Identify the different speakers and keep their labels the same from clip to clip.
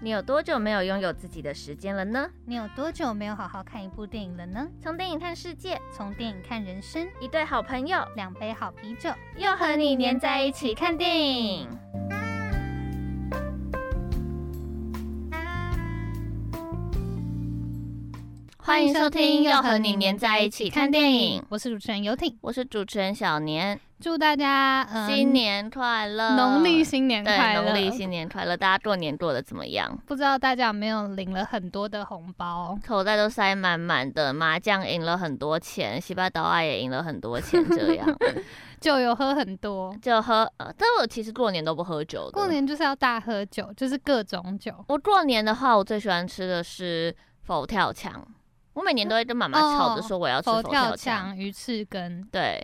Speaker 1: 你有多久没有拥有自己的时间了呢？
Speaker 2: 你有多久没有好好看一部电影了呢？
Speaker 1: 从电影看世界，
Speaker 2: 从电影看人生，
Speaker 1: 一对好朋友
Speaker 2: 两杯好啤酒，
Speaker 1: 又和你黏在一起看电影。欢迎收听《又和你黏在一起看电影》，
Speaker 2: 我是主持人游艇，
Speaker 1: 我是主持人小年，
Speaker 2: 祝大家、呃
Speaker 1: 新年快乐！
Speaker 2: 农历新年
Speaker 1: 对
Speaker 2: 快乐！
Speaker 1: 农历新年快乐！大家过年过得怎么样？
Speaker 2: 不知道大家有没有领了很多的红包？
Speaker 1: 口袋都塞满满的，麻将赢了很多钱，西巴岛爱啊也赢了很多钱，这 样
Speaker 2: 酒有喝很多，
Speaker 1: 就喝。呃，但我其实过年都不喝酒的。
Speaker 2: 过年就是要大喝酒，就是各种酒。
Speaker 1: 我过年的话，我最喜欢吃的是佛跳墙。我每年都会跟妈妈吵着说我要吃
Speaker 2: 佛
Speaker 1: 哦佛
Speaker 2: 跳
Speaker 1: 跳
Speaker 2: 墙、。鱼翅羹，
Speaker 1: 对，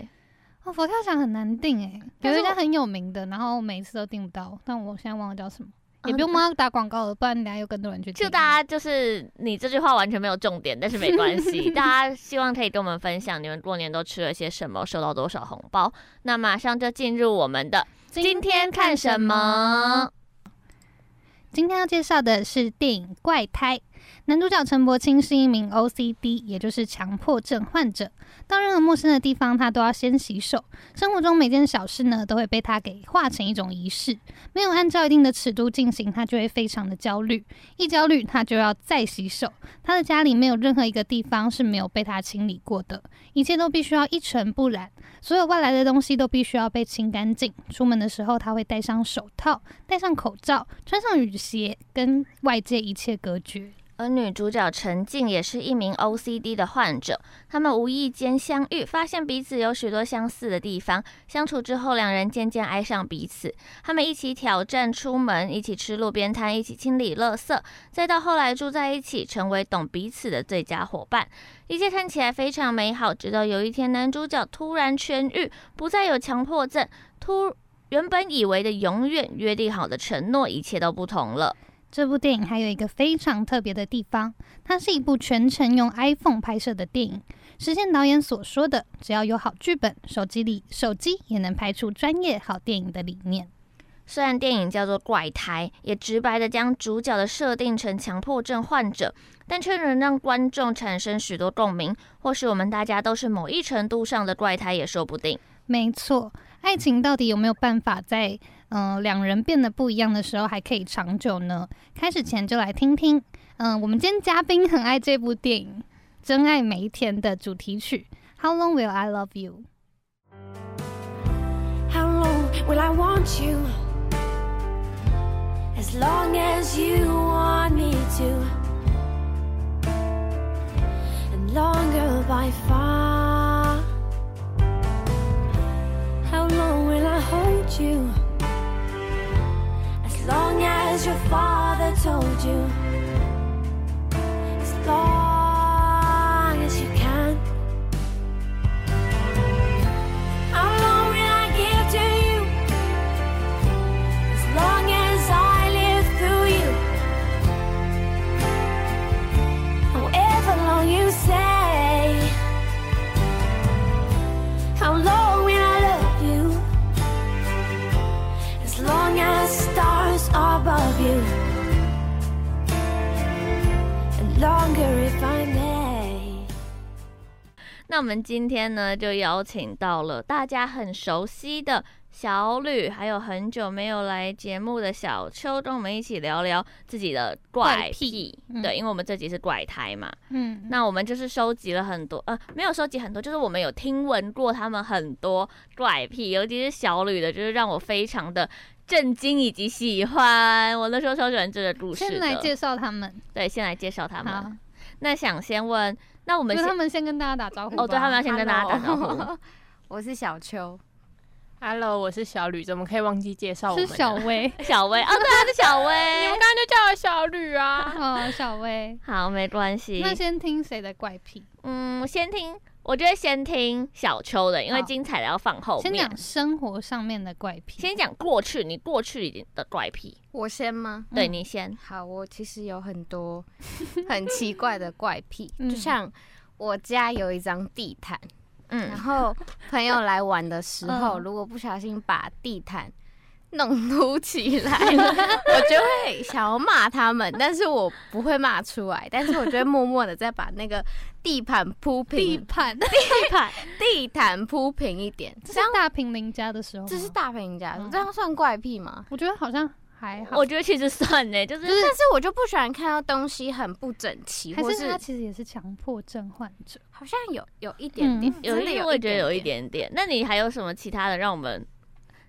Speaker 2: 哦，佛跳墙很难订哎、
Speaker 1: 但
Speaker 2: 有
Speaker 1: 是
Speaker 2: 一家
Speaker 1: 我
Speaker 2: 很有名的，然后我每一次都订不到，但我现在忘了叫什么，也
Speaker 1: 啊
Speaker 2: 不用帮他打广告了，不然等下有更多人去订。
Speaker 1: 就大家就是你这句话完全没有重点，但是没关 系，大家希望可以跟我们分享你们过年都吃了些什么，收到多少红包。那马上就进入我们的今天看什么？
Speaker 2: 今天要介绍的是电影《怪胎》，男主角陈柏青是一名 OCD，也就是强迫症患者。到任何陌生的地方，他都要先洗手。生活中每件小事呢，都会被他给化成一种仪式。没有按照一定的尺度进行，他就会非常的焦虑。一焦虑，他就要再洗手。他的家里没有任何一个地方是没有被他清理过的，一切都必须要一尘不染。所有外来的东西都必须要被清干净。出门的时候，他会戴上手套，戴上口罩，穿上雨鞋，跟外界一切隔绝。
Speaker 1: 而女主角陈静也是一名 OCD 的患者，他们无意间相遇，发现彼此有许多相似的地方。相处之后，两人渐渐爱上彼此。他们一起挑战出门，一起吃路边摊，一起清理垃圾，再到后来住在一起，成为懂彼此的最佳伙伴。一切看起来非常美好，直到有一天，男主角突然痊愈，不再有强迫症，突。原本以为的永远约定好的承诺，一切都不同了。
Speaker 2: 这部电影还有一个非常特别的地方，它是一部全程用 iPhone 拍摄的电影，实现导演所说的“只要有好剧本，手机里手机也能拍出专业好电影”的理念。
Speaker 1: 虽然电影叫做《怪胎》，也直白的将主角的设定成强迫症患者，但却能让观众产生许多共鸣。或许我们大家都是某一程度上的怪胎，也说不定。
Speaker 2: 没错，爱情到底有没有办法在嗯、呃两人变得不一样的时候还可以长久呢？开始前就来听听，嗯、我们今天嘉宾很爱这部电影《真爱每一天》的主题曲《How Long Will I Love You》。
Speaker 3: How long will I want you? As long as you want me to, and longer by far. How long will I hold you? As long as your father told you. As long as you can. How long will I give to you? As long as I live through you. However long you say. How long will I love you? As long as stars are above you. And longer if I may.
Speaker 1: 那我们今天呢，就邀请到了大家很熟悉的小吕，还有很久没有来节目的小秋，跟我们一起聊聊自己的怪
Speaker 2: 怪癖嗯
Speaker 1: 对，因为我们这集是怪胎嘛，
Speaker 2: 嗯，
Speaker 1: 那我们就是收集了很多，呃，没有收集很多，就是我们有听闻过他们很多怪癖，尤其是小吕的，就是让我非常的震惊以及喜欢。我那时候超喜欢这个故事
Speaker 2: 先来介
Speaker 1: 的。
Speaker 2: 绍他们，
Speaker 1: 对，先来介绍他
Speaker 2: 好
Speaker 1: 们。，那想先问，那我们
Speaker 2: 那
Speaker 1: 先
Speaker 2: 他们先跟大家打招呼吧。
Speaker 1: 哦，对他们要先跟大家打招呼。
Speaker 4: 我是小秋，
Speaker 5: Hello，我是小吕，怎么可以忘记介绍我们
Speaker 2: 是
Speaker 5: 呢？
Speaker 2: 小
Speaker 5: 你
Speaker 2: 薇，
Speaker 1: 小薇，哦，对，他是小薇。
Speaker 5: 们刚刚就叫我小啊
Speaker 2: 小哦小薇。
Speaker 1: 好，没关系。
Speaker 2: 那先听谁的怪癖？
Speaker 1: 嗯，先听，我觉得先听小秋的，因为
Speaker 2: 好
Speaker 1: 精彩的要放后
Speaker 2: 先
Speaker 1: 面。
Speaker 2: 讲生活上面的怪癖。
Speaker 1: 哦先讲过去，你过去的怪癖，
Speaker 4: 我先吗？
Speaker 1: 对
Speaker 2: 嗯
Speaker 1: 你先。
Speaker 4: 好，我其实有很多很奇怪的怪癖，
Speaker 2: 嗯
Speaker 4: 就像我家有一张地毯，然
Speaker 1: 嗯，
Speaker 4: 后朋友来玩的时候，
Speaker 2: 嗯
Speaker 4: 如果不小心把地毯弄凸起 来，我就会想要骂他们，但是我不会骂出来，但是我就会默默的再把那个地板铺
Speaker 2: 地
Speaker 4: 平，
Speaker 2: 盘，
Speaker 4: 地毯地毯铺平一点，
Speaker 2: 这
Speaker 4: 这
Speaker 2: 是
Speaker 4: 样
Speaker 2: 大平邻家的时候吗，
Speaker 4: 这是大平家
Speaker 2: 嗯，
Speaker 4: 这样算怪癖吗？
Speaker 2: 我觉得好像还好
Speaker 1: 我，觉得其实算呢，就是
Speaker 4: 但是我就不喜欢看到东西很不整齐，
Speaker 2: 还
Speaker 4: 或
Speaker 2: 是
Speaker 4: 是
Speaker 2: 他其实也是强迫症患者。
Speaker 4: 好像有有一点点
Speaker 2: 嗯，
Speaker 1: 有
Speaker 4: 真的
Speaker 1: 一，我也觉得有一。点点。那你还有什么其他的让我们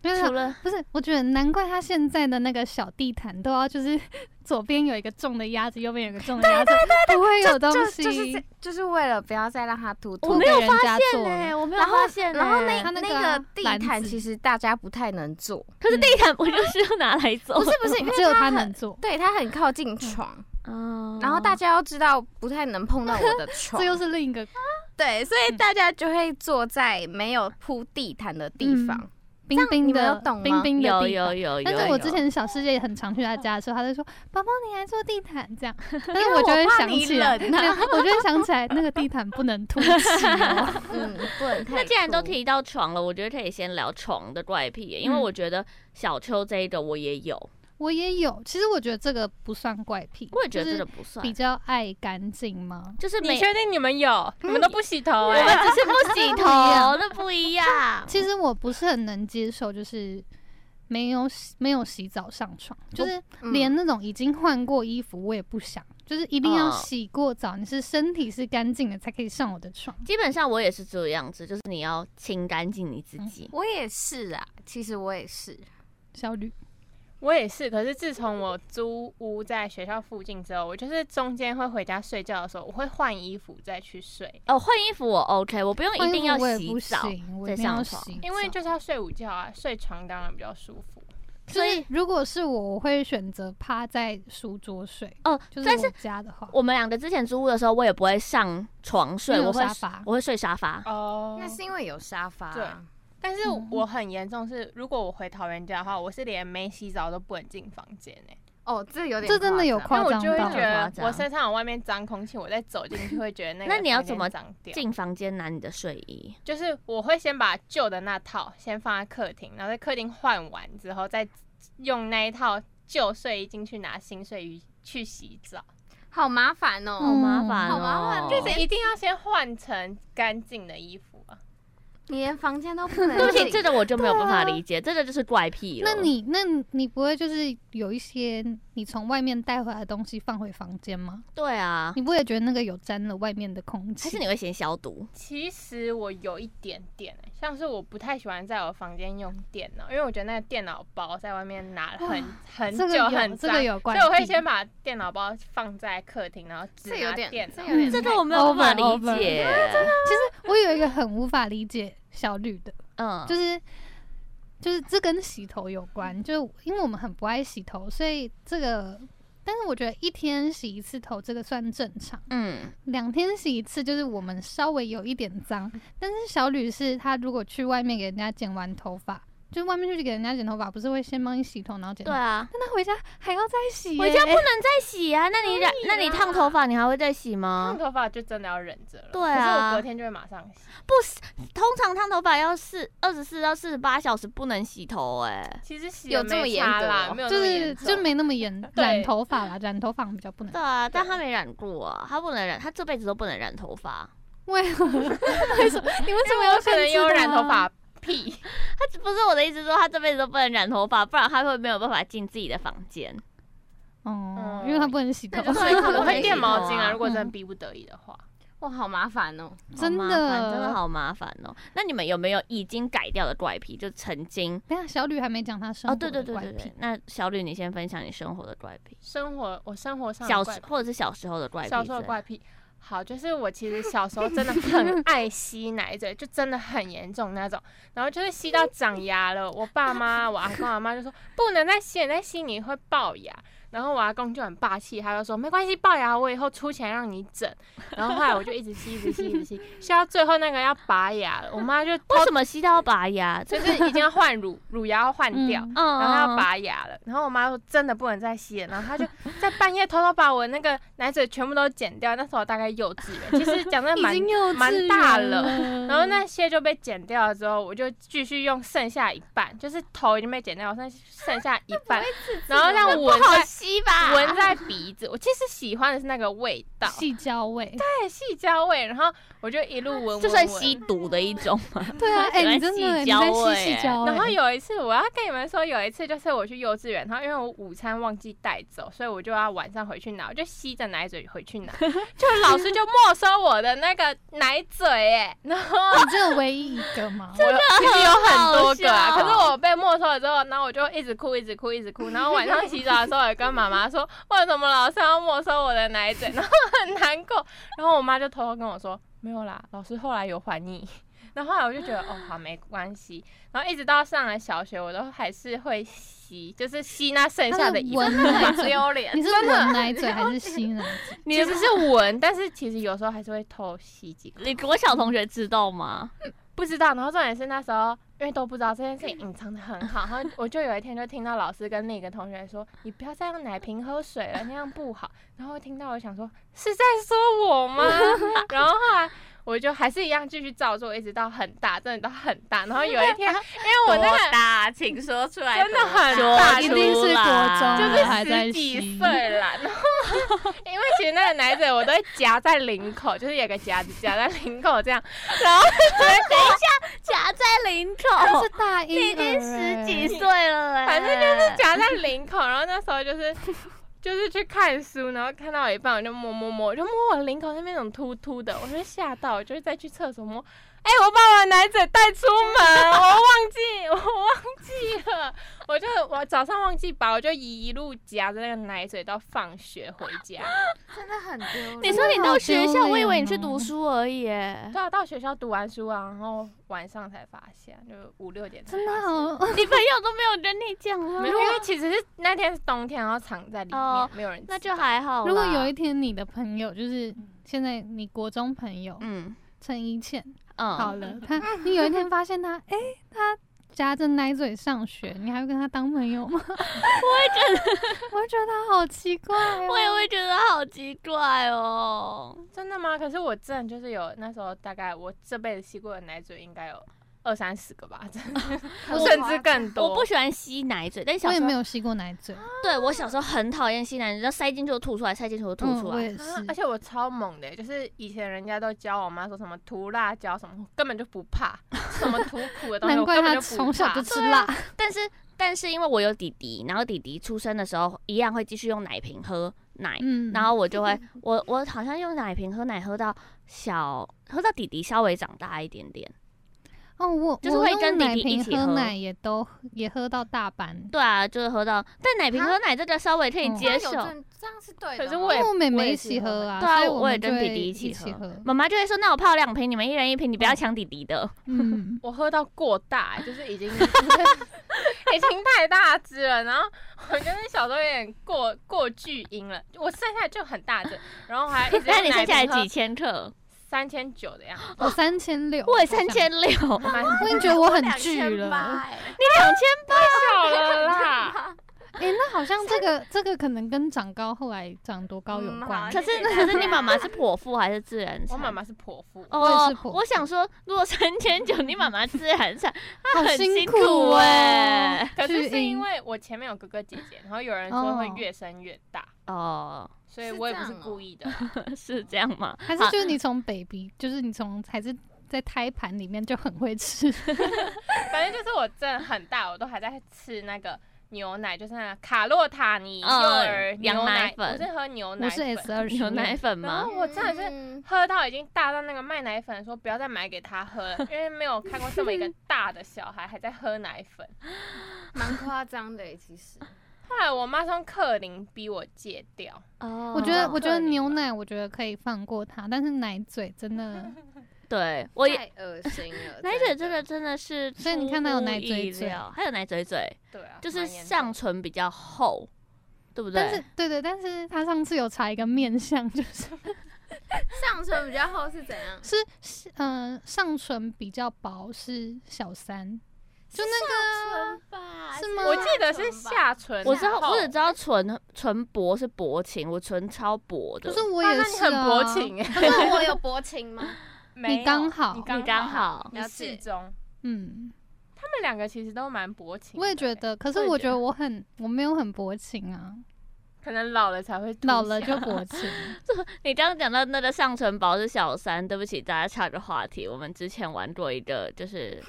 Speaker 2: 没有
Speaker 1: 除了
Speaker 2: 不是，我觉得难怪他现在的那个小地毯都要就是 左边有一个重的鸭子，右边有一个重的鸭子，不会有东
Speaker 4: 就
Speaker 2: 西。
Speaker 4: 就是这就是为了不要再让它突
Speaker 2: 我
Speaker 4: 突
Speaker 2: 没有发现
Speaker 1: 呢？欸我没有
Speaker 4: 然后
Speaker 1: 发现呢。
Speaker 4: 然后欸那
Speaker 2: 他那
Speaker 4: 那
Speaker 2: 个
Speaker 4: 个地
Speaker 2: 篮
Speaker 4: 毯
Speaker 2: 子
Speaker 4: 其实大家不太能坐，
Speaker 1: 可是地毯不就是要拿来做？
Speaker 4: 不是不是，因为
Speaker 2: 只有
Speaker 4: 它
Speaker 2: 他
Speaker 4: 很
Speaker 2: 能做，
Speaker 4: 对，它很靠近床，
Speaker 1: 哦
Speaker 4: 然后大家要知道不太能碰到 我的嗯床
Speaker 2: 这，又是另一个
Speaker 4: 对，所以大家就会坐在没有铺地毯的地
Speaker 2: 嗯
Speaker 4: 方。
Speaker 2: 冰冰
Speaker 4: 你们
Speaker 2: 的
Speaker 4: 有懂吗
Speaker 2: 冰冰的
Speaker 1: 有
Speaker 2: 地
Speaker 1: 有
Speaker 2: 毯。
Speaker 1: 有有。
Speaker 2: 但是
Speaker 1: 有
Speaker 2: 我之前小世界也很常去他家的时候，他就说：“宝宝，你来做地毯这样。”但是
Speaker 4: 为
Speaker 2: 我就会
Speaker 4: 我怕
Speaker 2: 想
Speaker 4: 你
Speaker 2: 起来，
Speaker 4: 冷
Speaker 2: 没有我就会想起来那个地毯不能凸起哦。
Speaker 4: 嗯，不能太。
Speaker 1: 那既然都，提到床了，我觉得可以先聊床的怪癖耶，因为
Speaker 2: 嗯
Speaker 1: 我觉得小秋这一个我也有，
Speaker 2: 我也有，其实我觉得这个不算怪癖，
Speaker 1: 我也觉得
Speaker 2: 就
Speaker 1: 这个
Speaker 2: 是
Speaker 1: 不算
Speaker 2: 比，较爱干净吗？
Speaker 1: 就是
Speaker 5: 你
Speaker 1: 每
Speaker 5: 确定你们有？你们都不洗头哎、
Speaker 1: 我只是不洗头，
Speaker 2: 不一样
Speaker 1: 那不一样。
Speaker 2: 其实我不是很能接受，就是没有洗没有洗澡上床，就是
Speaker 4: 嗯
Speaker 2: 连那种已经换过衣服我也不想，就是一定要
Speaker 1: 哦
Speaker 2: 洗过澡，你是身体是干净的才可以上我的床。
Speaker 1: 基本上我也是这样子，就是你要清干净你自己。
Speaker 4: 我也是啊，其实我也是，
Speaker 2: 小吕，
Speaker 5: 我也是，可是自从我租屋在学校附近之后，我就是中间会回家睡觉的时候，我会换衣服再去睡，
Speaker 1: 哦，换衣服我 OK，我不用一定要
Speaker 2: 换衣服我也
Speaker 1: 洗
Speaker 2: 不
Speaker 1: 澡。
Speaker 2: 行，我
Speaker 1: 再
Speaker 2: 一定要
Speaker 1: 上
Speaker 2: 洗
Speaker 1: 床
Speaker 2: 澡，
Speaker 5: 因为就是要睡午觉啊，睡床当然比较舒服。
Speaker 2: 就
Speaker 1: 所以
Speaker 2: 是如果是我，我会选择趴在书桌睡，
Speaker 1: 哦，
Speaker 2: 就
Speaker 1: 但
Speaker 2: 是
Speaker 1: 是
Speaker 2: 我家的话，
Speaker 1: 我们两个之前租屋的时候，我也不会上床睡，
Speaker 2: 因为有
Speaker 1: 我会
Speaker 2: 沙发
Speaker 1: 我会睡沙发。
Speaker 5: 哦
Speaker 4: 那是因为有沙发啊。
Speaker 5: 对但是
Speaker 2: 嗯
Speaker 5: 我很严重是，如果我回桃园家的话，我是连没洗澡都不能进房间哎、
Speaker 4: 哦，这有点
Speaker 2: 这真的有
Speaker 5: 因为
Speaker 2: 夸
Speaker 5: 我
Speaker 2: 张
Speaker 5: 就会
Speaker 2: 到
Speaker 5: 觉。得我
Speaker 1: 夸张
Speaker 5: 身上有外面脏空气，我再走进去会觉得那个
Speaker 1: 那你要
Speaker 5: 房间
Speaker 1: 怎么
Speaker 5: 脏掉？
Speaker 1: 进房间拿你的睡衣，
Speaker 5: 就是我会先把旧的那套先放在客厅，然后在客厅换完之后，再用那一套旧睡衣进去拿新睡衣去洗澡，
Speaker 4: 好麻烦哦。
Speaker 1: 好
Speaker 2: 嗯
Speaker 1: 麻烦、哦，
Speaker 4: 好麻烦
Speaker 5: 就
Speaker 4: 对
Speaker 5: 是一定要先换成干净的衣服啊。
Speaker 4: 你连房间都不 能
Speaker 1: 对不
Speaker 4: 进
Speaker 1: 起，这个我就没有办法理解，这个就是怪癖了。
Speaker 2: 啊那你那你不会就是有一些你从外面带回来的东西放回房间吗？
Speaker 1: 对啊，
Speaker 2: 你不也觉得那个有沾了外面的空气？
Speaker 1: 还是 你会先消毒？
Speaker 5: 其实我有一点点、欸，像是我不太喜欢在我房间用电脑，因为我觉得那个电脑包在外面拿了很很
Speaker 2: 这个
Speaker 5: 久
Speaker 2: 有
Speaker 5: 很
Speaker 2: 这
Speaker 5: 脏，
Speaker 2: 个有怪癖
Speaker 5: 所以我会先把电脑包放在客厅，然后只
Speaker 4: 这有
Speaker 5: 拿
Speaker 4: 点
Speaker 5: 电脑
Speaker 4: 这。有点
Speaker 1: 这个我没有办法理
Speaker 2: Over，over
Speaker 1: 解。
Speaker 2: 其实我有一个很无法理解小绿的，
Speaker 1: 嗯，
Speaker 2: 就是就是这跟洗头有关，就因为我们很不爱洗头，所以这个。但是我觉得一天洗一次头这个算正常，
Speaker 1: 嗯，
Speaker 2: 两天洗一次就是我们稍微有一点脏。
Speaker 5: 嗯
Speaker 2: 但是小吕是他如果去外面给人家剪完头发，就外面去给人家剪头发，不是会先帮你洗头然后剪头
Speaker 1: 对
Speaker 2: 发？
Speaker 1: 啊，
Speaker 2: 但他回家还要再洗、
Speaker 1: 回家不能再洗啊。那你染，那你烫头发，你还会再洗吗
Speaker 5: 烫？头发就真的要忍着了，
Speaker 1: 对啊
Speaker 5: 可是我隔天就会马上洗。
Speaker 1: 不是，通常烫头发要四二十四到四十八小时不能洗头、哎，
Speaker 5: 其实洗
Speaker 4: 有
Speaker 5: 了
Speaker 4: 这么
Speaker 5: 没
Speaker 4: 严
Speaker 5: 差
Speaker 4: 格
Speaker 5: 啦
Speaker 4: 哦
Speaker 5: 没有那
Speaker 2: 就
Speaker 5: 么
Speaker 2: 是
Speaker 5: 严
Speaker 2: 就
Speaker 5: 重
Speaker 2: 没那么严，
Speaker 5: 对
Speaker 2: 染头发啦，染头发比较不能
Speaker 1: 对。啊，但他没染过啊，他不能染，他这辈子都不能染头发，
Speaker 2: 为何？为什么？你为什么
Speaker 5: 我
Speaker 2: 要
Speaker 5: 可能
Speaker 2: 限制
Speaker 5: 有
Speaker 2: 他
Speaker 5: 染头？发 癖，
Speaker 1: 他不是我的意思说他这辈子都不能染头发，不然他会没有办法进自己的房间。
Speaker 2: 哦，
Speaker 5: 嗯
Speaker 2: 因为他不能洗头
Speaker 4: 那，就
Speaker 5: 所
Speaker 4: 是
Speaker 5: 以
Speaker 4: 可
Speaker 5: 可
Speaker 4: 能
Speaker 5: 能
Speaker 4: 会
Speaker 5: 会
Speaker 4: 变
Speaker 5: 垫
Speaker 4: 毛
Speaker 5: 毛
Speaker 4: 巾
Speaker 5: 巾
Speaker 4: 啊
Speaker 5: 啊。
Speaker 4: 如
Speaker 5: 如
Speaker 4: 果
Speaker 5: 果
Speaker 4: 真
Speaker 5: 真
Speaker 4: 的
Speaker 5: 的
Speaker 2: 嗯
Speaker 5: 逼不得已的话，
Speaker 4: 哇，好麻烦哦。
Speaker 1: 好
Speaker 2: 真
Speaker 1: 麻烦
Speaker 2: 的
Speaker 1: 真的。好麻烦哦。那你们有没有已经改掉的怪癖？就曾经
Speaker 2: 等一下小吕还没讲他生
Speaker 1: 哦，
Speaker 2: 活
Speaker 1: 对对
Speaker 2: 的
Speaker 1: 对
Speaker 2: 怪
Speaker 1: 对
Speaker 2: 癖
Speaker 1: 对。。那小吕，你先分享你生活的怪癖，
Speaker 5: 生活我生活上的
Speaker 1: 小
Speaker 5: 怪
Speaker 1: 时或者是小时候的怪癖之类
Speaker 5: 小
Speaker 1: 的，
Speaker 5: 时候的怪癖。好，就是我其实小时候真的 很爱吸奶嘴，就真的很严重那种，然后就是吸到长牙了。我爸妈、我阿公阿妈就说不能再吸，你再吸你会龅牙。然后我阿公就很霸气，他就说没关系，龅牙我以后出钱让你整。然后后来我就一直吸，一直吸，一直吸，吸到最后那个要拔牙了，我妈就
Speaker 1: 为
Speaker 5: 偷
Speaker 1: 什么吸到拔牙？这
Speaker 5: 就是已经要换乳乳牙要换掉，
Speaker 2: 嗯
Speaker 1: 嗯
Speaker 5: 然后她要拔牙了。然后我妈说真的不能再吸了，然后她就 在半夜偷偷把我那个奶嘴全部都剪掉。那时候我大概幼稚园，其实讲真的蛮
Speaker 4: 幼
Speaker 5: 蛮大了。
Speaker 4: 了
Speaker 5: 然后那些就被剪掉了之后，我就继续用剩下一半，就是头已经被剪掉， 剩剩下一半，然后让
Speaker 4: 不
Speaker 5: 闻
Speaker 4: 好
Speaker 5: 在
Speaker 4: 吸啊吧？
Speaker 5: 闻在鼻子。我其实喜欢的是那个味 道，
Speaker 2: 细胶味。
Speaker 5: 对，细胶味。然后我就一路闻，闻
Speaker 1: 这算
Speaker 5: 闻
Speaker 1: 吸毒的一种吗？
Speaker 2: 对啊，哎、
Speaker 1: 喜欢
Speaker 2: 你真的
Speaker 1: 细
Speaker 2: 你
Speaker 1: 胶
Speaker 2: 在
Speaker 1: 味
Speaker 2: 吸细胶味，
Speaker 5: 然后有一次，我要跟你们说，有一次就是我去幼稚园，然后因为我午餐忘记带走，所以我就要晚上回去拿，我就吸着奶嘴回去拿，就老师就没收我的那个奶嘴哎，然后
Speaker 2: 你只有唯一一个 吗？
Speaker 5: 我其实有很多个啊，
Speaker 1: 好
Speaker 5: 可
Speaker 1: 笑
Speaker 5: 是我被没收了之后，然后我就一直哭，一直哭，一直哭， 然后晚上洗澡的时候也跟妈妈说，为什么老师要没收我的奶嘴，然后很难过，然后我妈就偷偷跟我说，没有啦，老师后来有还你。 然后后来我就觉得哦，好没关系。然后一直到上了小学，我都还是会吸，就是吸那剩下的一半
Speaker 2: 闻。奶
Speaker 4: 很
Speaker 2: 嘴，
Speaker 4: 丢脸
Speaker 2: 你。是闻奶嘴还是吸 奶嘴？
Speaker 5: 其实是闻，但是其实有时候还是会偷吸几个，
Speaker 1: 你国小同学知道吗？
Speaker 5: 不知道。然后重点是那时候因为都不知道这件事
Speaker 2: 嗯
Speaker 5: 情隐藏的很好，然后我就有一天就听到老师跟另一个同学说：“你不要再用奶瓶喝水了，那样不好。”然后我听到我想说是在说我吗？ 然后后来。我就还是一样继续照做，一直到很大，真的到很大。然后有一 天，因为我那个
Speaker 1: 大？请说出来
Speaker 5: 真的很
Speaker 1: 多
Speaker 5: 大
Speaker 1: 大
Speaker 2: 一定是国中
Speaker 1: 就
Speaker 5: 就是是
Speaker 2: 啊还在
Speaker 5: 十几
Speaker 2: 吸
Speaker 5: 岁啦，然后 因为其实那个奶嘴我都会夹在领口，就是有个夹子夹在领口这样，然后
Speaker 1: 哎等一下夹在领 口
Speaker 2: 是， 大
Speaker 1: 你
Speaker 2: 一，
Speaker 1: 已经十几岁了嘞，
Speaker 5: 反正就是夹在领口，然后那时候就是。就是去看书，然后看到一半我就摸摸摸，我就摸我的领口那边那种突突的，我就吓到，我就是再去厕所摸，哎、我把我的奶嘴带出门，我忘记，我忘记了，我就我早上忘记拔，我就一路夹着那个奶嘴到放学回家。
Speaker 4: 真的很丢
Speaker 1: 你
Speaker 4: 脸。
Speaker 1: 说你到学校，
Speaker 2: 好丢脸哦
Speaker 1: 我以为你去读书而已耶。
Speaker 5: 对啊，到学校读完书啊，然后晚上才发现，就五六点才
Speaker 2: 真的
Speaker 5: 发现。
Speaker 2: 哦，
Speaker 1: 你朋友都没有跟你讲啊吗
Speaker 5: 没有，因为其实是那天是冬天，然后藏在里面，
Speaker 1: 哦
Speaker 5: 没有人知道。
Speaker 1: 那就还好啦。
Speaker 2: 如果有一天你的朋友就是现在你国中朋友
Speaker 1: 嗯
Speaker 2: 陈怡倩，
Speaker 1: 嗯
Speaker 2: 好了，他你有一天 发现他，哎、他夹着奶嘴上学，你还会跟他当朋友 吗？我会觉得，我会觉得他好奇怪、哦。
Speaker 1: 我也会觉得好奇怪哦。
Speaker 5: 真的吗？可是我真的就是有那时候大概我这辈子吸过的奶嘴应该有二三十个吧，真的，甚至更多。
Speaker 1: 我不喜欢吸奶嘴，但小
Speaker 2: 我
Speaker 1: 时
Speaker 2: 也
Speaker 1: 候
Speaker 2: 没有吸过奶嘴，
Speaker 1: 对我小时候很讨厌吸奶嘴，要塞进去就吐出来，塞进去就吐
Speaker 2: 嗯，
Speaker 1: 出
Speaker 2: 我
Speaker 1: 来。
Speaker 2: 也 是。
Speaker 5: 啊而且我超猛的、就是以前人家都教我妈说什么涂辣椒什么，我根本就不怕，什么涂苦的东西，
Speaker 2: 难
Speaker 5: 我
Speaker 2: 怪
Speaker 5: 根本
Speaker 2: 他
Speaker 5: 就不
Speaker 2: 从小
Speaker 5: 怕
Speaker 2: 就。吃
Speaker 1: 啊
Speaker 2: 辣，
Speaker 1: 但是但是因为我有弟弟，然后弟弟出生的时候一样会继续用奶瓶喝奶，
Speaker 2: 嗯，
Speaker 1: 然后我 就会我我好像用奶瓶喝奶喝到小喝到弟弟稍微长大一点点。
Speaker 2: 哦，我
Speaker 1: 就是
Speaker 2: 我
Speaker 1: 会
Speaker 2: 用
Speaker 1: 跟弟
Speaker 2: 奶
Speaker 1: 弟一
Speaker 2: 瓶
Speaker 1: 起
Speaker 2: 喝
Speaker 1: 喝
Speaker 2: 奶也都也喝到大班，
Speaker 1: 对啊，就是喝到，但奶瓶喝奶这个稍微可以
Speaker 2: 啊嗯
Speaker 1: 接
Speaker 4: 这
Speaker 1: 受。
Speaker 4: 样有正这样是对的吗。哦
Speaker 5: 可是我
Speaker 2: 因
Speaker 5: 也
Speaker 2: 为我妹
Speaker 5: 我
Speaker 2: 妹
Speaker 5: 也
Speaker 2: 一
Speaker 5: 是
Speaker 2: 起
Speaker 5: 喝
Speaker 2: 喝啊，
Speaker 1: 对啊，
Speaker 2: 所以
Speaker 1: 我也
Speaker 2: 们就
Speaker 1: 跟弟弟
Speaker 2: 一
Speaker 1: 起
Speaker 2: 起
Speaker 1: 喝。妈妈就会说：“那我泡两瓶，你们一人一瓶，你不要抢弟弟的。
Speaker 2: 嗯，
Speaker 5: 我喝到过大、欸就是已经 已经太大只了，然后我就是小时候有点过过巨婴了，我剩下就很大只，然后还一 直
Speaker 1: 那你剩下来几
Speaker 5: 几
Speaker 1: 千克？
Speaker 5: 三千九的样子，
Speaker 2: 哦我三千六，
Speaker 1: 我也三，千六，你两
Speaker 5: 蛮
Speaker 2: 我已经觉得我很
Speaker 4: 两
Speaker 2: 巨
Speaker 4: 千
Speaker 2: 了。
Speaker 4: 八哎
Speaker 1: 千
Speaker 5: 小了啦。
Speaker 2: 哎，那好像这个这个可能跟长高后来长多高有
Speaker 4: 嗯好
Speaker 2: 关
Speaker 4: 谢。
Speaker 1: 可是可是你妈妈是剖腹还是自然产？
Speaker 5: 我妈妈是剖腹，
Speaker 2: 我也
Speaker 1: 哦
Speaker 2: 是，剖腹
Speaker 1: 我想说，如果三千九，你妈妈自然产，她
Speaker 2: 好
Speaker 1: 很
Speaker 2: 辛
Speaker 1: 苦
Speaker 2: 苦哦
Speaker 1: 哎。
Speaker 5: 可是
Speaker 2: 巨
Speaker 5: 是
Speaker 2: 婴
Speaker 5: 因为我前面有哥哥姐姐，然后有人说会
Speaker 2: 哦
Speaker 5: 越生越大，
Speaker 1: 哦，
Speaker 5: 所以
Speaker 4: 是
Speaker 5: 我也
Speaker 4: 这
Speaker 5: 不是
Speaker 4: 样哦
Speaker 5: 故意的啦。
Speaker 1: 是这样吗？
Speaker 2: 还是就是你从 baby，就是你从还是在胎盘里面就很会吃，
Speaker 5: 反正就是我真的很大，我都还在吃那个牛奶，就是那个卡洛塔尼幼
Speaker 1: 嗯
Speaker 5: 儿
Speaker 1: 羊
Speaker 5: 牛
Speaker 1: 奶
Speaker 5: 奶，
Speaker 1: 粉
Speaker 5: 我是喝牛奶
Speaker 2: 我是
Speaker 5: 粉。
Speaker 2: S 二十
Speaker 1: 有奶粉
Speaker 5: 然
Speaker 1: 吗
Speaker 5: 后？我真的是
Speaker 4: 嗯
Speaker 5: 喝到已经大到那个卖奶粉说不要再买给他喝了，因为 没有看过这么一个大的小孩还在喝奶粉。
Speaker 4: 蛮夸张的耶，欸其实。
Speaker 5: 后来我妈是用克林逼我戒掉，
Speaker 1: 哦
Speaker 2: 我觉得，我觉得
Speaker 5: 克林
Speaker 2: 牛
Speaker 5: 吧
Speaker 2: 奶，我觉得可以放过它，但是奶嘴真 的，
Speaker 1: 对我也。
Speaker 4: 太恶心 了。
Speaker 1: 奶嘴真的真的是，
Speaker 2: 所以你看她有奶嘴嘴，
Speaker 1: 还有奶嘴嘴，
Speaker 5: 对啊，
Speaker 1: 就是
Speaker 5: 蛮严重
Speaker 1: 上唇比较厚，对不
Speaker 2: 但是
Speaker 1: 对？
Speaker 2: 对对，但是他上次有查一个面相， 就是
Speaker 4: 上唇比较厚是怎样？
Speaker 2: 是是呃上唇比较薄是小三，就那
Speaker 4: 唇吧
Speaker 2: 是吗
Speaker 5: 我记得是下唇，
Speaker 1: 我知道，
Speaker 5: 然后
Speaker 1: 我只知道唇唇薄是薄情，我唇超薄的。
Speaker 2: 个，可是我
Speaker 5: 哇
Speaker 2: 也
Speaker 5: 哦那你
Speaker 2: 是、
Speaker 5: 很
Speaker 2: 啊、
Speaker 5: 薄，情哎，
Speaker 4: 可是我有薄情吗？
Speaker 5: 没有
Speaker 2: 你刚好
Speaker 1: 你刚，好，
Speaker 5: 你适中。
Speaker 2: 嗯，
Speaker 5: 他们两个其实都蛮薄情的欸，
Speaker 2: 我也觉得，可是
Speaker 5: 我也
Speaker 2: 我
Speaker 5: 觉
Speaker 2: 觉得
Speaker 5: 得
Speaker 2: 我很我没有很薄情啊，
Speaker 5: 可能老了才会凸
Speaker 2: 老了
Speaker 5: 显
Speaker 2: 就薄 情，
Speaker 1: 你刚刚讲到那个上唇薄是小三，对不起，大家岔个话题。我们之前玩过一个，就是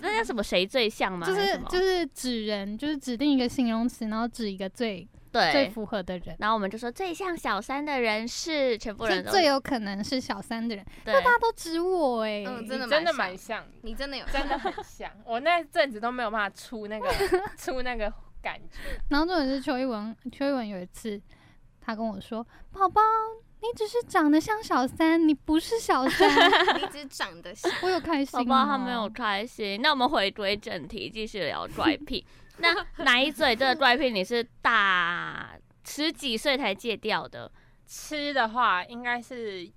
Speaker 1: 那叫什么谁最像吗？
Speaker 2: 就
Speaker 1: 还
Speaker 2: 是
Speaker 1: 什么
Speaker 2: 就是指人，就是指定一个形容词，然后指一个最最
Speaker 1: 对。
Speaker 2: 符合的人。
Speaker 1: 然后我们就说最像小三的人是全部
Speaker 2: 是
Speaker 1: 人都
Speaker 2: 最有可能是小三的人，
Speaker 1: 对
Speaker 2: 大家都指我哎、
Speaker 4: 嗯，
Speaker 5: 你
Speaker 4: 真的
Speaker 5: 真的蛮
Speaker 4: 蛮像，
Speaker 5: 像的，
Speaker 4: 你真的有
Speaker 5: 真的很像。我那阵子都没有办法出 那个出那个感觉，
Speaker 2: 然后重点是邱一文，邱一文有一次，他跟我说：“宝宝，你只是长得像小三，你不是小 三。
Speaker 4: 你只长得像。”
Speaker 2: 我有开心、
Speaker 1: 宝
Speaker 2: 哦，
Speaker 1: 宝他没有开心。那我们回归正题，继续 聊怪癖。那奶嘴这个怪癖，你是大十几岁才戒掉的？
Speaker 5: 吃的话应该是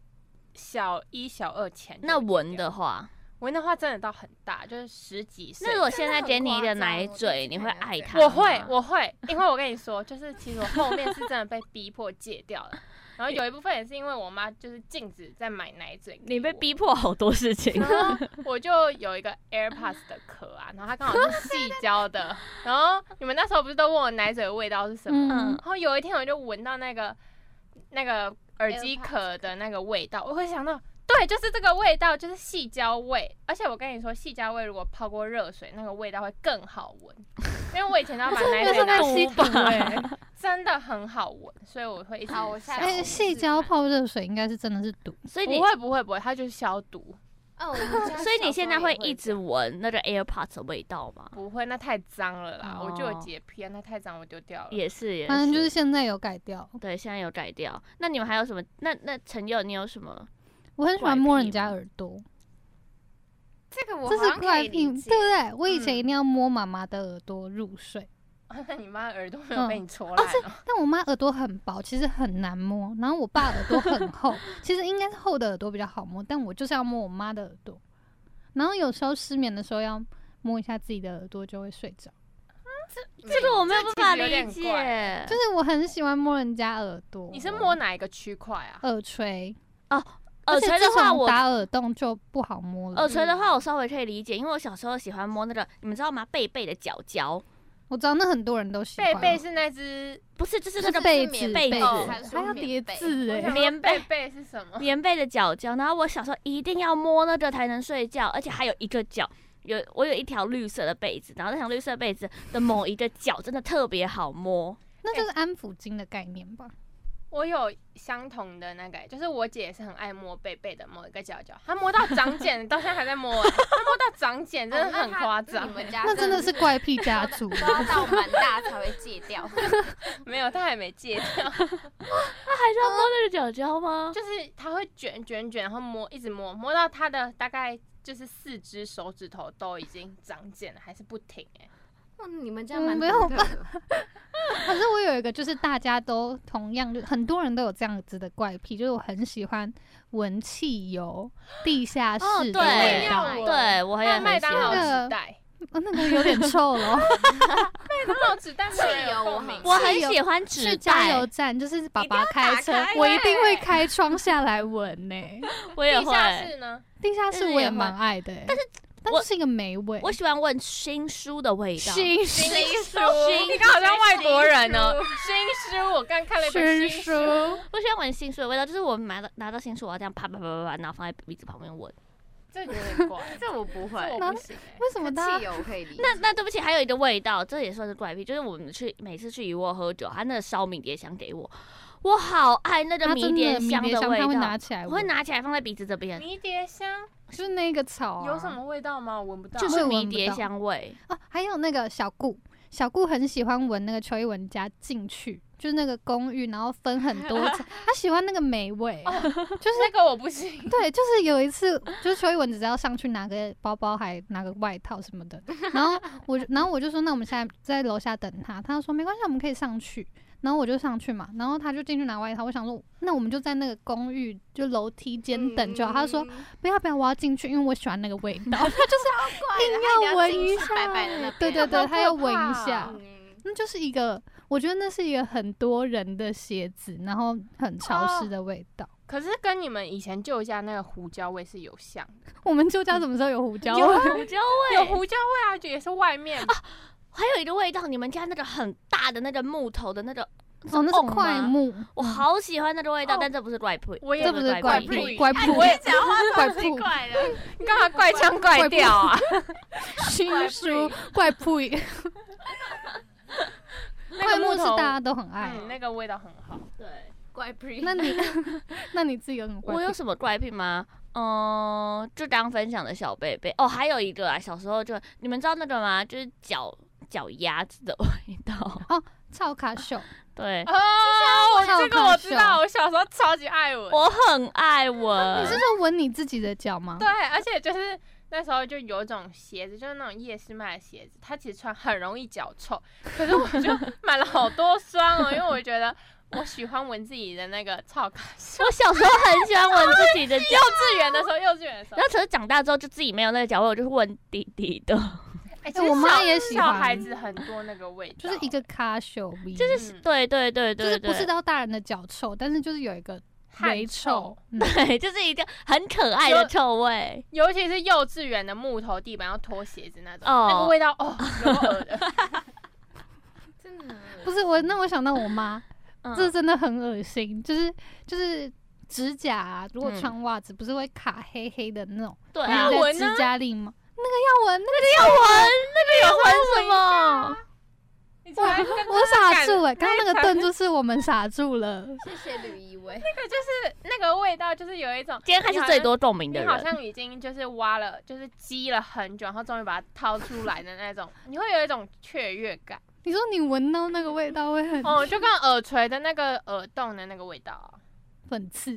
Speaker 5: 小一、小二前。
Speaker 1: 那闻的，话，
Speaker 5: 闻的话真的到很大，就是十几岁。
Speaker 1: 那如果现在给你一个
Speaker 4: 真的很
Speaker 1: 奶
Speaker 4: 夸张
Speaker 1: 嘴，
Speaker 4: 我
Speaker 1: 你
Speaker 4: 第一次
Speaker 1: 会
Speaker 4: 看到
Speaker 1: 爱
Speaker 4: 这
Speaker 1: 它
Speaker 4: 个
Speaker 1: 吗？
Speaker 5: 我会，我会，因为我跟你说，就是其实我后面是真的被逼迫戒掉了，然后有一部分也是因为我妈就是禁止在买奶嘴，
Speaker 1: 你被逼。迫好多事 情。
Speaker 5: 然后我就有一个 AirPods 的壳啊，然后它刚好是细胶的。然后你们那时候不是都问我奶嘴的味道是什么？
Speaker 2: 嗯
Speaker 1: 嗯，
Speaker 5: 然后有一天我就闻到那个那个耳机壳的那个味道，我会想到，对，就是这个味道，就是细胶味。而且我跟你说，细胶味如果泡过热水，那个味道会更好闻。因为我以前 都要把奶
Speaker 2: 那
Speaker 5: 嘴
Speaker 2: 是在
Speaker 5: 拿去
Speaker 2: 吸毒哎、
Speaker 5: 真的很好闻，所以我会一直
Speaker 4: 好我下次
Speaker 2: 而且哎细胶泡热水应该是真的是毒，
Speaker 1: 所以你
Speaker 5: 不，会不会不会，它就是消毒，
Speaker 4: 哦，我们家
Speaker 1: 所以你现在
Speaker 4: 小时候
Speaker 1: 会
Speaker 4: 也
Speaker 1: 一直闻那个 AirPods 的味道吗？
Speaker 5: 不会，那太脏了啦，我就有
Speaker 1: 哦
Speaker 5: 洁癖啊，那太脏我丢掉了。
Speaker 1: 也是，也
Speaker 2: 反正就是
Speaker 1: 是。
Speaker 2: 现在有改掉。
Speaker 1: 对，现在有改掉。那你们还有什么？那那陈佑，你有什么？
Speaker 2: 我很喜欢摸人家耳朵，
Speaker 4: 这个我
Speaker 2: 这
Speaker 4: 好
Speaker 2: 是
Speaker 4: 像可
Speaker 2: 怪
Speaker 4: 以
Speaker 2: 癖，对
Speaker 4: 理
Speaker 2: 不
Speaker 4: 解哦
Speaker 2: 对？我以前一定要摸妈妈的耳朵入睡，
Speaker 5: 那 你妈耳朵没
Speaker 1: 嗯
Speaker 5: 有被你戳
Speaker 2: 哦
Speaker 5: 烂、哦？
Speaker 2: 但我妈耳朵很薄，其实很难摸。然后我爸耳朵很厚，其实应该是厚的耳朵比较好摸，但我就是要摸我妈的耳朵。然后有时候失眠的时候要摸一下自己的耳朵就会睡着，
Speaker 5: 嗯
Speaker 1: 这个我没有办法
Speaker 5: 这其实有
Speaker 1: 理
Speaker 5: 点怪
Speaker 1: 解。
Speaker 2: 就是我很喜欢摸人家耳朵。
Speaker 5: 你是摸哪一个区块啊？
Speaker 2: 耳垂？
Speaker 1: 耳垂的话，
Speaker 2: 而且自从
Speaker 1: 我
Speaker 2: 打耳洞就不好摸了。
Speaker 1: 耳垂的话，我稍微可以理解，因为我小时候喜欢摸那个，你们知道吗？贝贝的脚脚，
Speaker 2: 我知道那很多人都喜欢
Speaker 5: 贝贝是那只
Speaker 1: 不是，就是那
Speaker 2: 是
Speaker 1: 个
Speaker 2: 被
Speaker 4: 就是
Speaker 2: 子
Speaker 4: 棉
Speaker 1: 被
Speaker 2: 被
Speaker 1: 子
Speaker 4: 还
Speaker 2: 子，
Speaker 4: 说
Speaker 2: 还要叠
Speaker 4: 棉被
Speaker 2: 字哎、
Speaker 5: 我想说
Speaker 1: 棉被
Speaker 5: 贝贝是什么？
Speaker 1: 棉被的脚脚。然后我小时候一定要摸那个才能睡觉，而且还有一个脚。有我有一条绿色的被子，然后那条绿色被子的某一个角真的特别好摸，
Speaker 2: 那就是安抚巾的概念吧？
Speaker 5: 我有相同的那个，就是我姐也是很爱摸贝贝的某一个角角，她摸到长茧，到现在还在摸、欸，她摸到长茧
Speaker 1: 哦
Speaker 5: 真的很夸张
Speaker 4: 你、们家
Speaker 2: 那真的是怪癖家族。
Speaker 4: 刮到蛮大才会戒 掉。
Speaker 1: 嗯
Speaker 5: 没有，她还没戒掉，
Speaker 1: 还是要摸那个脚脚吗？
Speaker 5: 就是她会卷卷卷，然后摸一直摸，摸到她的大概就是四只手指头都已经长茧了，还是不停哎、
Speaker 4: 哇，哦你们家
Speaker 2: 我
Speaker 4: 蛮
Speaker 2: 嗯没有
Speaker 4: 独特的
Speaker 2: 可是我有一个，就是大家都同样，就很多人都有这样子的怪癖，就是我很喜欢闻汽油、地下
Speaker 1: 哦
Speaker 2: 室的
Speaker 1: 对
Speaker 2: 味道，
Speaker 5: 我
Speaker 1: 对我也
Speaker 5: 那麦
Speaker 1: 很喜
Speaker 5: 当劳
Speaker 1: 欢。
Speaker 5: 纸袋，
Speaker 2: 哦那个有点臭了哦。
Speaker 5: 麦当劳纸袋 没有人有共鸣
Speaker 4: 汽油
Speaker 1: 我很喜欢
Speaker 2: 去
Speaker 1: 纸
Speaker 2: 加油
Speaker 1: 袋，
Speaker 2: 站，就是爸爸开车
Speaker 5: 一定要打
Speaker 1: 欸
Speaker 5: 开，
Speaker 2: 我一定会开窗下来闻呢、欸
Speaker 1: 我也
Speaker 5: 地下
Speaker 1: 会。
Speaker 5: 室呢？
Speaker 2: 地下室我也蛮爱的、但是但
Speaker 1: 我
Speaker 2: 是一个霉味，
Speaker 1: 我喜欢闻新书的味道，
Speaker 2: 新
Speaker 5: 新
Speaker 2: 新
Speaker 5: 书，
Speaker 1: 新
Speaker 5: 你看好像外国人哦。新书，我刚看了一本新
Speaker 2: 书，
Speaker 5: 书。
Speaker 1: 我喜欢闻新书的味道，就是我拿到拿到新书，我要这样啪啪啪啪啪，然后放在鼻子旁边闻。
Speaker 5: 这有点怪，
Speaker 4: 这我不
Speaker 5: 这
Speaker 4: 会，
Speaker 5: 我不行欸
Speaker 2: 为什么大
Speaker 4: 汽
Speaker 2: 家
Speaker 4: 油可以理解。
Speaker 1: 那那对不起，还有一个味道，这也算是怪癖，就是我们去每次去一窝喝酒，他那个烧迷迭香给我，我好爱那个
Speaker 2: 他真的
Speaker 1: 迭
Speaker 2: 迷迭
Speaker 1: 的
Speaker 2: 香
Speaker 1: 味
Speaker 2: 他会
Speaker 1: 道
Speaker 2: 拿，起来
Speaker 1: 我
Speaker 2: 闻，
Speaker 1: 会拿起来放在鼻子这边，
Speaker 5: 迷迭香
Speaker 2: 就是那个草、啊，
Speaker 5: 有什么味道吗？我闻不到。
Speaker 2: 就是闻
Speaker 1: 迷
Speaker 2: 不
Speaker 1: 迭
Speaker 2: 到
Speaker 1: 香味。
Speaker 2: 哦，还有那个小顾，小顾很喜欢闻那个邱一文家进去，就是那个公寓，然后分很多层，他喜欢那个霉味。
Speaker 5: 就是那个我不行。
Speaker 2: 对，就是有一次，就是邱一文只知要上去拿个包包，还拿个外套什么的，然后我就，然后我就说，那我们现在在楼下等他，他就说没关系，我们可以上去。然后我就上去嘛，然后他就进去拿外套，我想说，那我们就在那个公寓就楼梯间等
Speaker 4: 嗯
Speaker 2: 就好。他说不要不要，我要进去，因为我喜欢那个味道。他就是
Speaker 4: 硬
Speaker 2: 要闻一下
Speaker 4: 白白的那边，
Speaker 2: 对对对，
Speaker 5: 好
Speaker 2: 他要
Speaker 5: 可
Speaker 2: 闻一
Speaker 5: 怕
Speaker 2: 下，
Speaker 4: 嗯
Speaker 2: 那就是一个，我觉得那是一个很多人的鞋子，然后很潮湿的味道。
Speaker 5: 可是跟你们以前旧家那个胡椒味是有像的，
Speaker 2: 我们旧家什么时候 有胡椒啊味？
Speaker 1: 胡椒
Speaker 5: 有
Speaker 1: 味，
Speaker 5: 胡椒味啊，就也是外面
Speaker 1: 还有一个味道，你们家那个很大的那个木头的那个，
Speaker 2: 哦，那
Speaker 1: 瓮
Speaker 2: 是块
Speaker 1: 吗
Speaker 2: 木，
Speaker 1: 我好喜欢那个味道，
Speaker 5: 哦
Speaker 1: 但这不是怪配，
Speaker 5: 我也
Speaker 2: 这不是
Speaker 1: 怪
Speaker 2: 怪
Speaker 5: 布
Speaker 2: 布，
Speaker 1: 癖
Speaker 2: 怪布， 怪
Speaker 4: 奇
Speaker 2: 布，
Speaker 4: 怪的，
Speaker 5: 你干嘛怪腔怪调啊？
Speaker 2: 新书，怪布，怪木是大家都很爱。
Speaker 5: 嗯，那个味道很好。
Speaker 1: 对，
Speaker 4: 怪 pre。
Speaker 2: 那你，那你自己有什么怪癖？
Speaker 1: 我有什么怪癖吗？嗯，就刚分享的小贝贝哦，还有一个啊，小时候就你们知道那个吗？就是脚脚丫子的 味道，
Speaker 2: 超卡秀，
Speaker 1: 对
Speaker 5: 哦，我这个我知
Speaker 2: 超好
Speaker 5: 道，
Speaker 2: 笑
Speaker 5: 我小时候超级爱闻。
Speaker 1: 我很爱闻
Speaker 2: 啊你是，说闻你自己的脚吗？
Speaker 5: 对，而且就是那时候就有一种鞋子，就是那种夜市卖的鞋子，它其实穿很容易脚臭，可是我就买了好多双哦，因为我觉得我喜欢闻自己的那个臭感受。
Speaker 1: 我小时候很喜欢闻自己
Speaker 2: 啊
Speaker 1: 的脚
Speaker 5: 幼，稚园的时候，幼稚园的时候
Speaker 1: 然，后可是长大之后就自己没有那个脚味，我就是闻弟弟的，
Speaker 5: 哎、
Speaker 2: 我妈
Speaker 5: 小
Speaker 2: 也喜
Speaker 5: 小
Speaker 2: 欢
Speaker 5: 孩子很多那个味道，
Speaker 2: 就是一个卡秀味，就
Speaker 5: 就是
Speaker 1: 对对对
Speaker 2: 嗯就
Speaker 1: 对
Speaker 2: 是不
Speaker 1: 对，
Speaker 2: 是到大人的脚臭，但是就是有一个
Speaker 5: 汗
Speaker 2: 微臭，嗯
Speaker 1: 对， 就是一个很可爱的臭味。
Speaker 5: 尤其是幼稚园的木头地板要脱鞋子那种，
Speaker 1: 哦
Speaker 5: 那个味道哦，有够恶的。
Speaker 4: 真的很 恶
Speaker 2: 不是我，那我想到我妈，
Speaker 1: 嗯
Speaker 2: 这真的很恶心，就是就是指甲、啊，如果
Speaker 1: 嗯
Speaker 2: 穿袜子不是会卡黑黑的那种，
Speaker 1: 对
Speaker 2: 你
Speaker 1: 啊，
Speaker 5: 要
Speaker 2: 在
Speaker 5: 闻啊
Speaker 2: 指甲里吗？那个要闻，那个
Speaker 1: 要闻，那个要闻什么？
Speaker 5: 你才跟他
Speaker 2: 我傻
Speaker 5: 感
Speaker 2: 住哎、刚刚那个
Speaker 5: 才
Speaker 2: 顿就是我们傻住了，
Speaker 4: 谢谢吕一伟，
Speaker 5: 那个就是那个味道，就是有一种
Speaker 1: 今天还是最多共鸣的
Speaker 5: 你好
Speaker 1: 人，
Speaker 5: 像已经就是挖了，就是积了很久，然后终于把它掏出来的那种，你会有一种雀跃感。
Speaker 2: 你说你闻到那个味道会很
Speaker 5: 哦， 就跟耳垂的那个耳洞的那个味道啊、
Speaker 2: 粉刺，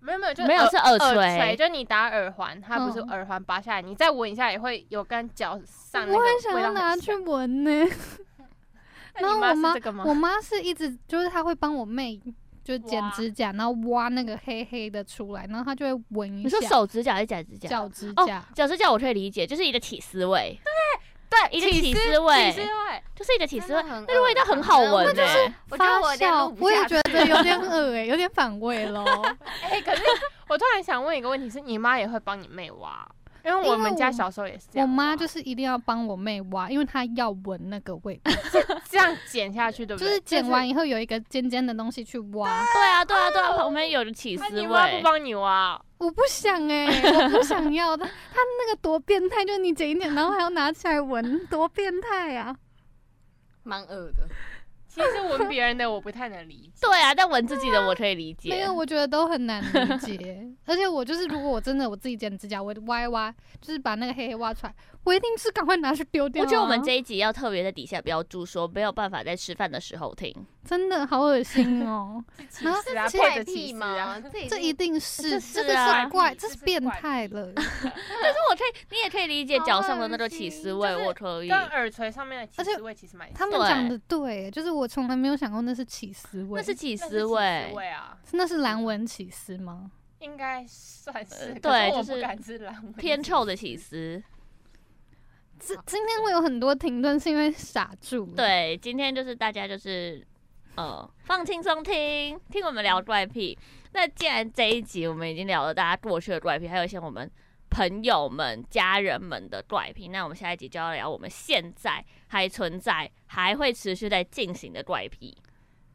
Speaker 5: 没有没有，就是
Speaker 1: 没有
Speaker 5: 耳
Speaker 1: 是耳
Speaker 5: 耳
Speaker 1: 垂，
Speaker 5: 就你打耳环，它不是
Speaker 2: 嗯
Speaker 5: 耳环拔下来，你再闻一下也会有跟脚上那
Speaker 2: 我
Speaker 5: 个味
Speaker 2: 很
Speaker 5: 道
Speaker 2: 想要
Speaker 5: 很
Speaker 2: 拿
Speaker 5: 像
Speaker 2: 去。闻呢、
Speaker 5: 那
Speaker 2: 然后我
Speaker 5: 你妈
Speaker 2: 妈
Speaker 5: 是这个吗？
Speaker 2: 我妈是一直就是她会帮我妹就剪
Speaker 5: 哇
Speaker 2: 指甲，然后挖那个黑黑的出来，然后她就会闻一
Speaker 1: 你
Speaker 2: 下
Speaker 1: 说手指甲还是脚指甲？
Speaker 2: 脚指
Speaker 1: 哦
Speaker 2: 甲，
Speaker 1: 脚指甲我可以理解，就是一个起司味，
Speaker 5: 对，
Speaker 1: 一个
Speaker 5: 起
Speaker 1: 起
Speaker 5: 司
Speaker 1: 司味
Speaker 5: 起司味，
Speaker 1: 就是一个起司味，
Speaker 4: 那
Speaker 1: 那个味道很好闻欸呢、
Speaker 4: 我觉
Speaker 2: 发
Speaker 4: 得我有点录
Speaker 2: 酵，
Speaker 4: 不
Speaker 2: 我也
Speaker 4: 下去
Speaker 2: 觉得有点恶 哎、有点反胃喽。
Speaker 5: 哎、可是我突然想问一个问题，是你妈也会帮你妹挖？啊因为我
Speaker 2: 因为
Speaker 5: 们家
Speaker 2: 我
Speaker 5: 小时候也是
Speaker 2: 我
Speaker 5: 这样挖，哦
Speaker 2: 妈就是一定要帮我妹挖，因为她要闻那个味道，
Speaker 5: 这样剪下去，对不
Speaker 2: 就
Speaker 5: 对？
Speaker 2: 是剪完以后有一个尖尖的东西去挖。
Speaker 1: 对啊，对啊，对啊，旁边有着起
Speaker 5: 那
Speaker 1: 司
Speaker 5: 你妈不
Speaker 1: 味。
Speaker 5: 帮你挖哦？
Speaker 2: 我不想哎、我不想要的。她那个多变态，就是你剪一剪，然后还要拿起来闻，多变态啊！
Speaker 4: 蛮恶的，
Speaker 5: 其实闻别人的我不太能理 解。
Speaker 1: 对啊，但闻自己的我可以理解。
Speaker 2: 没有，我觉得都很难理解。而且我就是，如果我真的我自己剪指甲，我挖一挖，就是把那个黑黑挖出来，我一定是赶快拿去丢掉啊、
Speaker 1: 我觉得我们这一集要特别在底下标注说，没有办法在吃饭的时候听。
Speaker 2: 真的好恶心哦、然后
Speaker 5: 是啊，
Speaker 2: 其
Speaker 5: 配
Speaker 4: 怪
Speaker 5: 着起
Speaker 4: 癖
Speaker 5: 司啊
Speaker 4: 嘛，。这
Speaker 2: 这一定是，
Speaker 1: 这
Speaker 2: 这
Speaker 1: 是
Speaker 2: 个
Speaker 1: 啊
Speaker 2: 是怪，
Speaker 5: 这
Speaker 2: 这
Speaker 5: 是
Speaker 2: 是变
Speaker 5: 怪癖
Speaker 2: 态了。
Speaker 1: 但是我可以，你也可以理解脚上的那个起司味，
Speaker 5: 好恶心
Speaker 1: 我可以
Speaker 5: 跟。耳垂上面的起司味其实蛮像，
Speaker 2: 他们
Speaker 1: 对
Speaker 2: 讲的对，就是我从来没有想过那是起司味，
Speaker 1: 那是嗯起
Speaker 5: 那
Speaker 1: 司
Speaker 5: 是起
Speaker 1: 味
Speaker 5: 司，味啊，
Speaker 2: 那是蓝纹起司吗？
Speaker 5: 应该算是。
Speaker 1: 呃
Speaker 5: 可是
Speaker 1: 对
Speaker 5: 我
Speaker 1: 就
Speaker 5: 不
Speaker 1: 是
Speaker 5: 敢吃蓝纹，
Speaker 1: 偏臭的起司。
Speaker 2: 这今天会有很多停顿，是因为傻住。，
Speaker 1: 对，今天就是大家就是呃放轻松听，听我们聊怪癖。那既然这一集我们已经聊了大家过去的怪癖，还有一些我们朋友们、家人们的怪癖，那我们下一集就要聊我们现在还存在、还会持续在进行的怪 癖。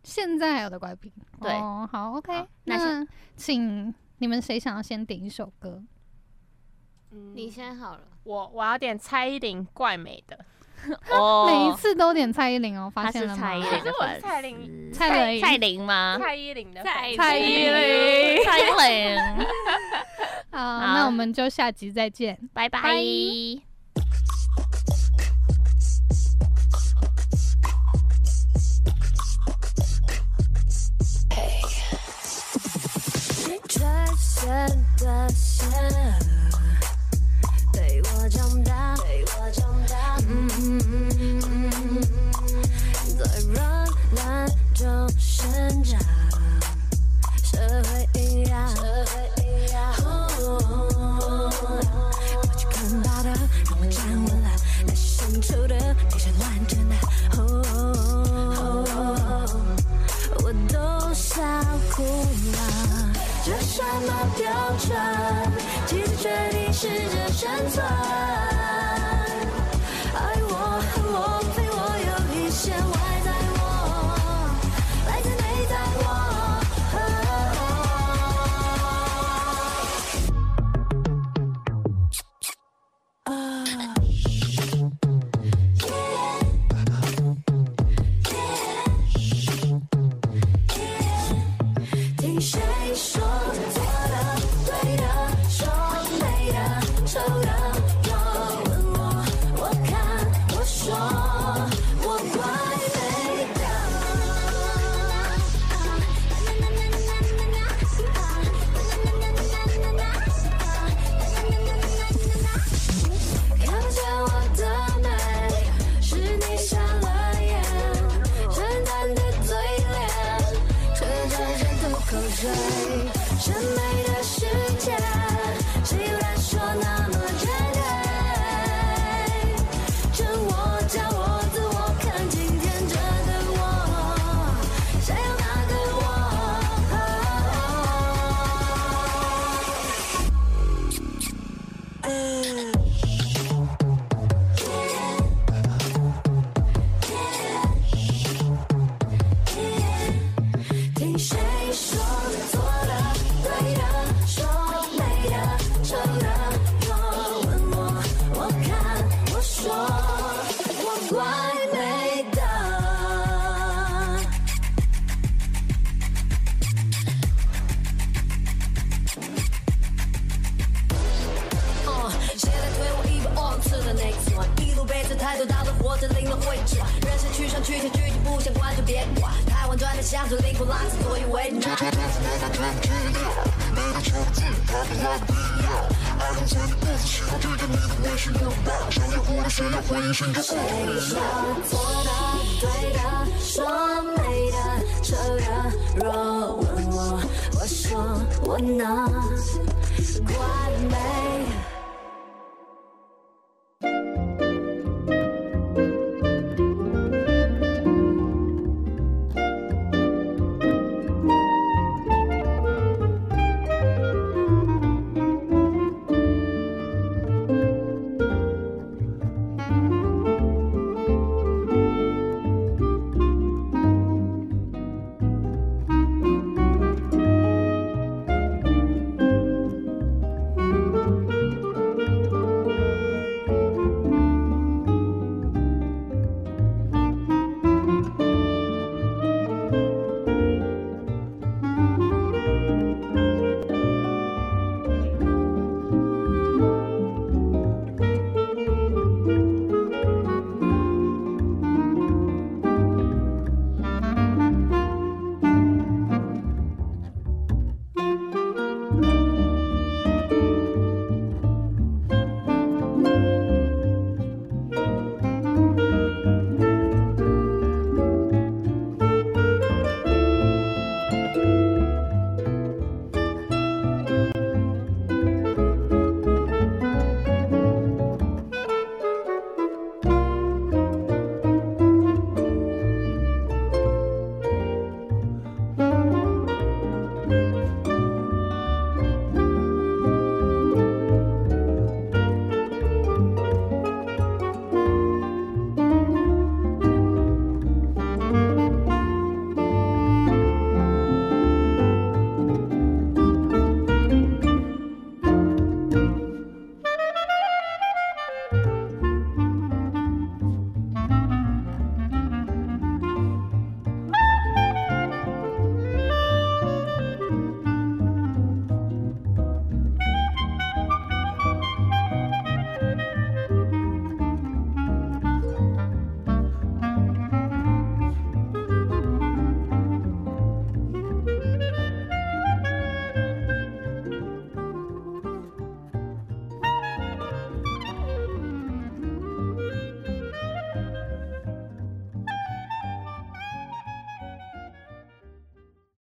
Speaker 2: 现在还有的怪癖。
Speaker 1: 对
Speaker 2: 哦，好，OK
Speaker 1: 好。那
Speaker 2: 那请你们谁想要先点一首歌？
Speaker 5: 嗯。
Speaker 4: 你先好了，
Speaker 5: 我我要点蔡依林怪美的，
Speaker 1: 哦
Speaker 2: 每一次都点蔡依林哦，
Speaker 1: 他
Speaker 2: 发现
Speaker 1: 是
Speaker 2: 了吗？
Speaker 1: 蔡依林
Speaker 5: 可
Speaker 1: 的
Speaker 5: 是我是蔡依林
Speaker 1: 粉丝，
Speaker 2: 蔡依林
Speaker 1: 蔡林吗？
Speaker 5: 蔡依林的
Speaker 4: 蔡
Speaker 5: 粉
Speaker 2: 蔡依林
Speaker 1: 蔡依林，
Speaker 2: 好，那我们就下集再见。
Speaker 1: 拜拜
Speaker 2: 拜。
Speaker 3: 转身的线，陪我长大，陪我长大。嗯嗯嗯嗯嗯在软烂中穿，其实却你试着生存。爱我，恨我，非我有一些外在我，来自内在我。啊啊听谁说错的、对的、说美的、丑的，都问我，我看我说我怪美的。看不见我的美，是你瞎了眼，简单的嘴脸，吹着人的口水，审美的世界，谁又然说那么绝对？真我假我自我，看今天这个我，谁有那个我？听谁说错了、对的、说美的、丑的，又问我，我看我说我怪美的。哦，谁来推我一把 on to the next one？一路背着太多大的活着灵魂会转，人生去上去前去就不想管就别管。台湾转的乡土灵魂拉扯左右为难。谁说错的、对的、说美的、丑的？若问我，我说我呢，怪美。